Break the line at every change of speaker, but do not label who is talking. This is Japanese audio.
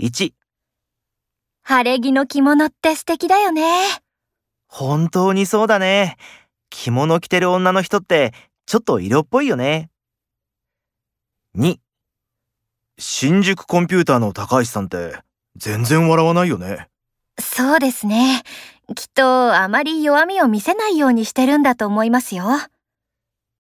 1、
晴れ着の着物って素敵だよね。
本当にそうだね。着物着てる女の人って、ちょっと色っぽいよね。2、新宿コンピューターの高橋さんって、全然笑わないよね。
そうですね。きっとあまり弱みを見せないようにしてるんだと思いますよ。